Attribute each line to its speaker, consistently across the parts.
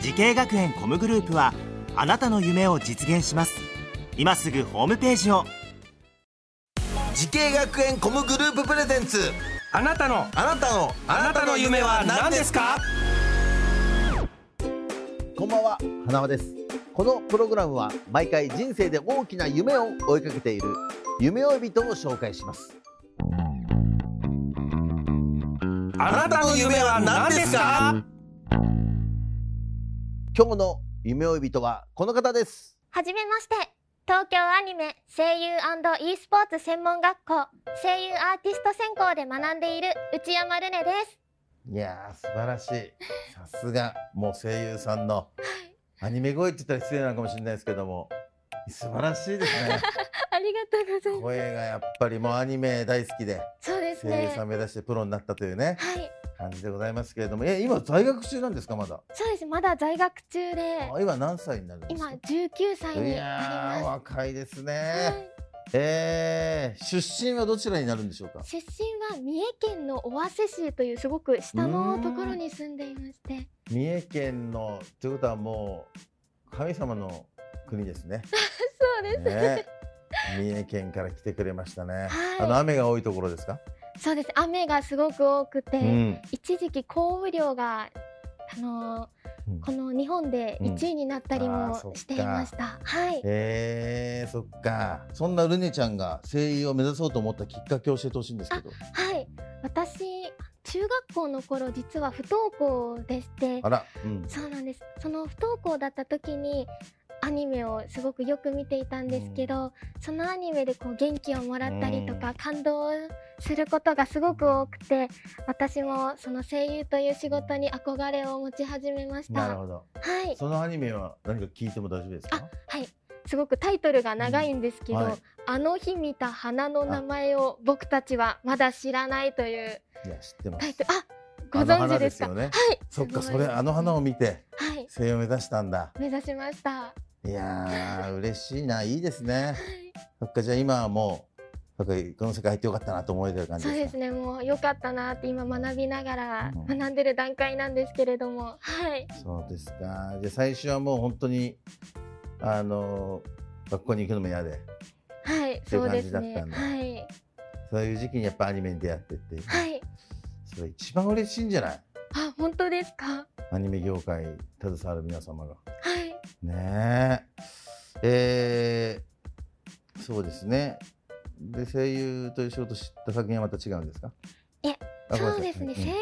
Speaker 1: 時系学園コムグループはあなたの夢を実現します今すぐホームページを
Speaker 2: 時系学園コムグループプレゼンツ
Speaker 3: あなたの
Speaker 2: あなたの
Speaker 3: あなたの夢は何ですか
Speaker 4: こんばんは、花輪です。このプログラムは毎回人生で大きな夢を追いかけている夢追い人を紹介します。
Speaker 3: あなたの夢は何ですか
Speaker 4: 今日の夢追い人はこの方です。
Speaker 5: はじめまして。東京アニメ声優 &e スポーツ専門学校声優アーティスト専攻で学んでいる内山ルネです。
Speaker 2: いやー素晴らしいさすがもう声優さんのアニメ声って言ったら失礼なのかもしれないですけども素晴らしいですね
Speaker 5: ありがとうございま。
Speaker 2: 声がやっぱりもうアニメ大好きです
Speaker 5: そうです
Speaker 2: 声優
Speaker 5: ね。
Speaker 2: さ
Speaker 5: は
Speaker 2: ん目指してプロになったというね
Speaker 5: い。
Speaker 2: 感じでございますけれどもえ今在学中なんですかまだ
Speaker 5: そうです。まだ在学中で、
Speaker 2: あ今何歳になるんです
Speaker 5: 今
Speaker 2: か
Speaker 5: 19歳
Speaker 2: い
Speaker 5: に
Speaker 2: やー
Speaker 5: な
Speaker 2: 若いです
Speaker 5: ります。は
Speaker 2: ね、
Speaker 5: い
Speaker 2: えー、出身はどちらになるんでしょうか
Speaker 5: 出身は三重県の尾鷲市というすごく下のところに住んでいまして、
Speaker 2: 三重県のということはもう神様の国ですね。
Speaker 5: そうです。
Speaker 2: ね三重県から来てくれましたね。
Speaker 5: はい
Speaker 2: あの雨が多いところですか。
Speaker 5: そうです。雨がすごく多くて、
Speaker 2: うん。
Speaker 5: 一時期降雨量があの
Speaker 2: う
Speaker 5: ー
Speaker 2: ん
Speaker 5: この日本で1位になったり
Speaker 2: うんあ
Speaker 5: も
Speaker 2: ーそっか
Speaker 5: していました。はい。
Speaker 2: えー、そっか。そんなルネちゃんが声優を目指そうと思ったきっかけを教えてほしいんですけど。
Speaker 5: はい。私中学校の頃実は不登校でして
Speaker 2: あ、ら、うん。
Speaker 5: そうなんです。その不登校だった時に。アニメをすごくよく見ていたんですけど、そのアニメでこう元気をもらったりとか、感動することがすごく多くて私もその声優という仕事に憧れを持ち始めました。
Speaker 2: なる
Speaker 5: は
Speaker 2: ほど。
Speaker 5: い、
Speaker 2: そのアニメは何か聞いても大丈夫ですか。
Speaker 5: はい、すごくタイトルが長いんですけど、
Speaker 2: うんはい
Speaker 5: あの日見た花の名前を僕たちはまだ知らないという
Speaker 2: いや、知ってま
Speaker 5: タイ
Speaker 2: す。
Speaker 5: トル。あ、ご
Speaker 2: あの
Speaker 5: 存
Speaker 2: 花
Speaker 5: 知で
Speaker 2: ですす
Speaker 5: か。
Speaker 2: よね。
Speaker 5: はい。
Speaker 2: そっか、
Speaker 5: す
Speaker 2: そ
Speaker 5: ごい
Speaker 2: れあの花を見て
Speaker 5: はい、
Speaker 2: 声優を目指したんだ。
Speaker 5: 目指しました。
Speaker 2: いやー嬉しいな、いいですね。
Speaker 5: はい
Speaker 2: そっかじゃあ今はもうなんかこの世界入ってよかったなと思えてる感じ
Speaker 5: そう
Speaker 2: で
Speaker 5: です
Speaker 2: か。
Speaker 5: すね、もう良かったなって今学びながら
Speaker 2: うん
Speaker 5: 学んでる段階なんですけれども、はい。
Speaker 2: そうですか。じゃあ最初はもう本当にあの学校に行くのも嫌で、
Speaker 5: はい、
Speaker 2: そういうう
Speaker 5: そ
Speaker 2: 感
Speaker 5: で
Speaker 2: じ
Speaker 5: す
Speaker 2: だっ
Speaker 5: ね。
Speaker 2: たんだ
Speaker 5: はい。
Speaker 2: そういう時期にやっぱアニメに出会ってって、
Speaker 5: はい。
Speaker 2: それ一番嬉しいんじゃない？
Speaker 5: あ、本当ですか。は
Speaker 2: アニメ業界携わる皆様が
Speaker 5: い。
Speaker 2: ねえ。えー、そうですね。で声優という仕事を知った作品はまた違うんですか？
Speaker 5: え
Speaker 2: あ、ごめんな
Speaker 5: そう
Speaker 2: さい
Speaker 5: ですね、
Speaker 2: ん
Speaker 5: 声優とい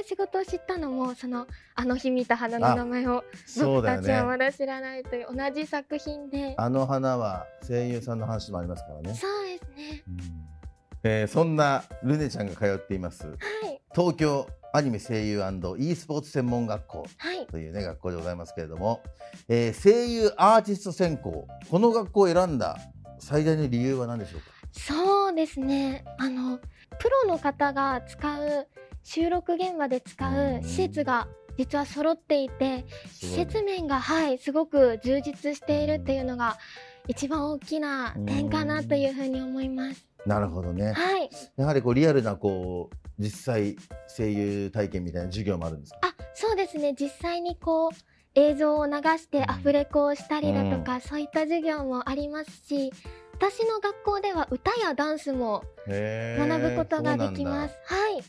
Speaker 5: う仕事を知ったのも、その、あの日見た花の名前を
Speaker 2: そう
Speaker 5: 僕
Speaker 2: だ
Speaker 5: た
Speaker 2: よ
Speaker 5: ちはま
Speaker 2: ね。
Speaker 5: だ知らないという同じ作品で。
Speaker 2: あの花は声優さんの話もありますからね。
Speaker 5: そうですね。
Speaker 2: えーそんなルネちゃんが通っています
Speaker 5: はい。
Speaker 2: 東京アニメ声優 &e スポーツ専門学校
Speaker 5: はい。
Speaker 2: というね学校でございますけれども、えー声優アーティスト専攻この学校を選んだ最大の理由は何でしょうか
Speaker 5: そうですね。あの、プロの方が使う、収録現場で使う施設が実は揃っていて、
Speaker 2: す
Speaker 5: 施
Speaker 2: ごいね
Speaker 5: 設面が、はい、すごく充実しているっていうのが、一番大きな点かなというふうに思います。
Speaker 2: なるほどね
Speaker 5: はい。
Speaker 2: やはりこうリアルなこう実際声優体験みたいな授業もあるんですか
Speaker 5: あ、そうですね。実際にこう、映像を流してアフレコをしたりだとか、そういった授業もありますし、私の学校では歌やダンスも学ぶことができます。はい。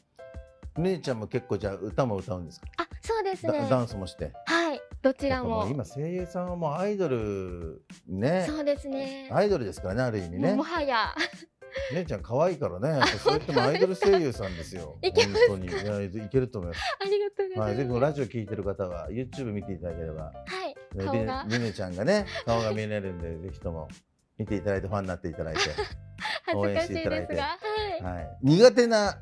Speaker 2: ルネちゃんも結構じゃあ歌も歌うんですか
Speaker 5: あ、そうです
Speaker 2: ダダ
Speaker 5: ね。
Speaker 2: ンスもして
Speaker 5: はい。どち
Speaker 2: や
Speaker 5: ら
Speaker 2: っぱも
Speaker 5: も
Speaker 2: う。今声優さんはもうアイドルね
Speaker 5: そうですね。
Speaker 2: アイドルですからねある意味
Speaker 5: もう
Speaker 2: ね
Speaker 5: もはや、
Speaker 2: 姉ちゃん可愛いからね。やっぱそう言ってもアイドル声優さんですよ。
Speaker 5: いけますか
Speaker 2: 本当にいやいけると思います。
Speaker 5: ありがとうご
Speaker 2: は
Speaker 5: ざ
Speaker 2: い、ぜ
Speaker 5: い
Speaker 2: ひこ
Speaker 5: ま
Speaker 2: の
Speaker 5: す。
Speaker 2: ラジオ聞いてる方は YouTube 見ていただければ、
Speaker 5: はい。
Speaker 2: ね
Speaker 5: 顔が、
Speaker 2: りねちゃんがね顔が見れるんで ぜひとも見ていただいてファンになっていただいて、
Speaker 5: 恥ずかしい
Speaker 2: 応援していただ
Speaker 5: で
Speaker 2: い
Speaker 5: す
Speaker 2: て
Speaker 5: が、はい。
Speaker 2: はい。苦手な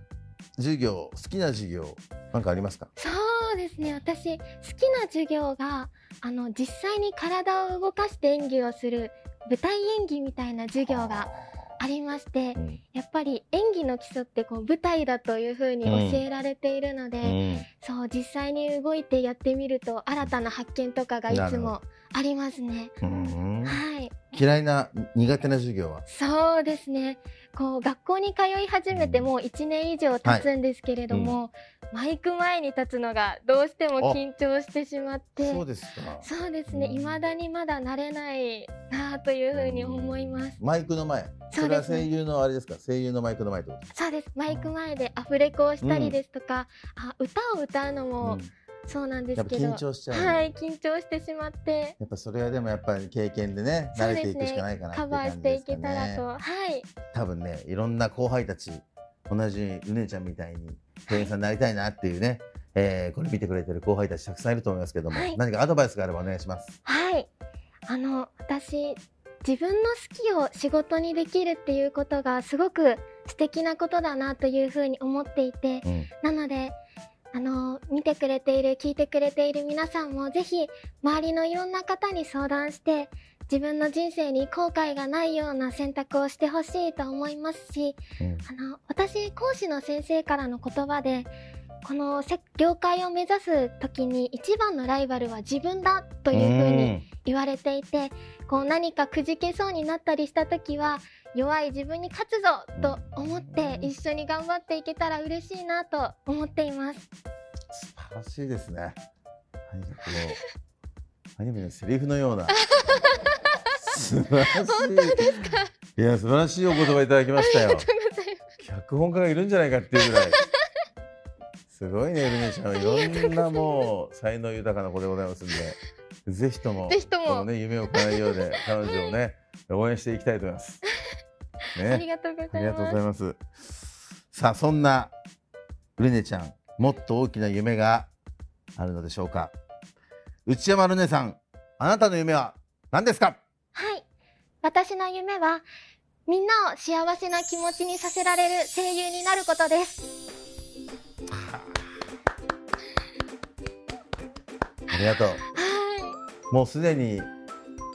Speaker 2: 授業、好きな授業なんかありますか？
Speaker 5: そうですね。私、好きな授業が、あの実際に体を動かして演技をする舞台演技みたいな授業がありまして
Speaker 2: うん
Speaker 5: やっぱり演技の基礎ってこう舞台だというふうに教えられているので、
Speaker 2: うん
Speaker 5: そう実際に動いてやってみると新たな発見とかがいつもありますね。
Speaker 2: うん
Speaker 5: はい
Speaker 2: 嫌いな苦手な授業は
Speaker 5: そうですねこう学校に通い始めてもう1年以上経つんですけれども、マイク前に立つのがどうしても緊張してしまって
Speaker 2: そうですか
Speaker 5: そうですね
Speaker 2: うん
Speaker 5: 未だにまだ慣れないなあというふうに思います
Speaker 2: マイクの前
Speaker 5: そ
Speaker 2: そうれ
Speaker 5: で
Speaker 2: は
Speaker 5: す
Speaker 2: 声
Speaker 5: ね
Speaker 2: 優のあれですか声優のマイクの前ってことです
Speaker 5: そうですマイク前でアフレコをしたりですとか、あ歌を歌うのもそうなんで
Speaker 2: や
Speaker 5: す
Speaker 2: っぱ
Speaker 5: けど、
Speaker 2: 緊張しちゃう、
Speaker 5: はい緊張してしまって
Speaker 2: やっぱそれはでもやっぱり経験でね
Speaker 5: そ
Speaker 2: 慣れ
Speaker 5: うで
Speaker 2: てい
Speaker 5: す
Speaker 2: くし
Speaker 5: ね
Speaker 2: かないかなってい
Speaker 5: カ
Speaker 2: う
Speaker 5: バー
Speaker 2: 感
Speaker 5: し
Speaker 2: じ
Speaker 5: て
Speaker 2: で
Speaker 5: い
Speaker 2: すか
Speaker 5: けたら
Speaker 2: ね
Speaker 5: と、はい
Speaker 2: 多分ねいろんな後輩たち同じうねちゃんみたいに店員さんになりたいなっていうね、えーこれ見てくれてる後輩たちたくさんいると思いますけども、
Speaker 5: はい
Speaker 2: 何かアドバイスがあればお願いします。
Speaker 5: はい。あの、私、自分の好きを仕事にできるっていうことがすごく素敵なことだなというふうに思っていて、
Speaker 2: うん
Speaker 5: なので、あの、見てくれている、聞いてくれている皆さんもぜひ、周りのいろんな方に相談して、自分の人生に後悔がないような選択をしてほしいと思いますし、
Speaker 2: うん
Speaker 5: あの、私、講師の先生からの言葉で、このせ業界を目指す時に一番のライバルは自分だというふうに言われていてこう何かくじけそうになったりした時は弱い自分に勝つぞと思って一緒に頑張っていけたら嬉しいなと思っています
Speaker 2: 素晴らしいですね。何かこうアニメのセリフのような素晴らしい。本当ですか。いや素晴らしいお言葉いただきましたよ。脚本家がいるんじゃないかっていうぐらい。すごいね、ルネちゃん。いろんなもう才能豊かな子でございますんで、ぜひとも
Speaker 5: ぜひとも
Speaker 2: このね夢を叶えようで彼女をね、応援していきたいと思い ます。
Speaker 5: あり
Speaker 2: ね、
Speaker 5: がとうご
Speaker 2: あ
Speaker 5: ざ
Speaker 2: り
Speaker 5: い
Speaker 2: がとうご
Speaker 5: ま
Speaker 2: ざいます。さあそんなルネちゃん、もっと大きな夢があるのでしょうか。内山ルネさん、あなたの夢は何ですか？
Speaker 5: すはい私の夢はみんなを幸せな気持ちにさせられる声優になることです
Speaker 2: ありがとう。
Speaker 5: は
Speaker 2: もうすでに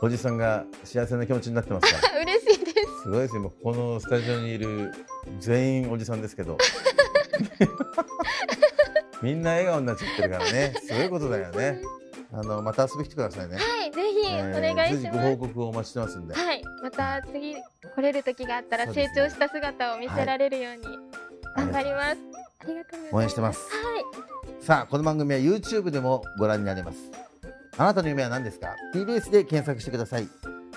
Speaker 2: おじさんが幸せな気持ちになってますから。
Speaker 5: い嬉し いです
Speaker 2: すごいですね。もうこのスタジオにいる全員おじさんですけ ど。みんな笑顔になっちゃってるからね。すごいことだよね。あのまた遊びに来てくださいね。
Speaker 5: はいぜひ
Speaker 2: え
Speaker 5: お
Speaker 2: ー
Speaker 5: 願い
Speaker 2: 随
Speaker 5: し
Speaker 2: 時
Speaker 5: ます、
Speaker 2: ご報告をお待ちしてますんで。
Speaker 5: はいまた次来れる時があった
Speaker 2: そ
Speaker 5: ら
Speaker 2: うで
Speaker 5: 成
Speaker 2: すね
Speaker 5: 長した姿を見せられるように頑張りますありがとうございます
Speaker 2: 応援してます
Speaker 5: はい
Speaker 2: さあこの番組は YouTube でもご覧になれますあなたの夢は何ですか TBS で検索してください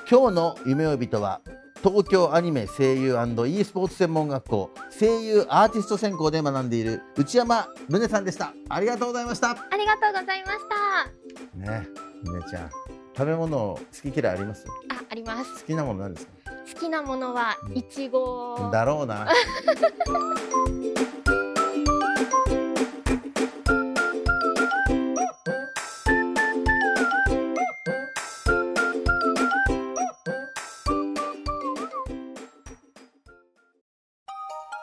Speaker 2: 今日の夢呼人は東京アニメ声優 &e スポーツ専門学校声優アーティスト専攻で学んでいる内山ルネさんでしたありがとうございました
Speaker 5: ありがとうございました
Speaker 2: ねルネちゃん食べ物好き嫌いあります
Speaker 5: ああります
Speaker 2: 好きなものなんです
Speaker 5: 好きなものは
Speaker 2: うん
Speaker 5: いちご
Speaker 2: かだろうな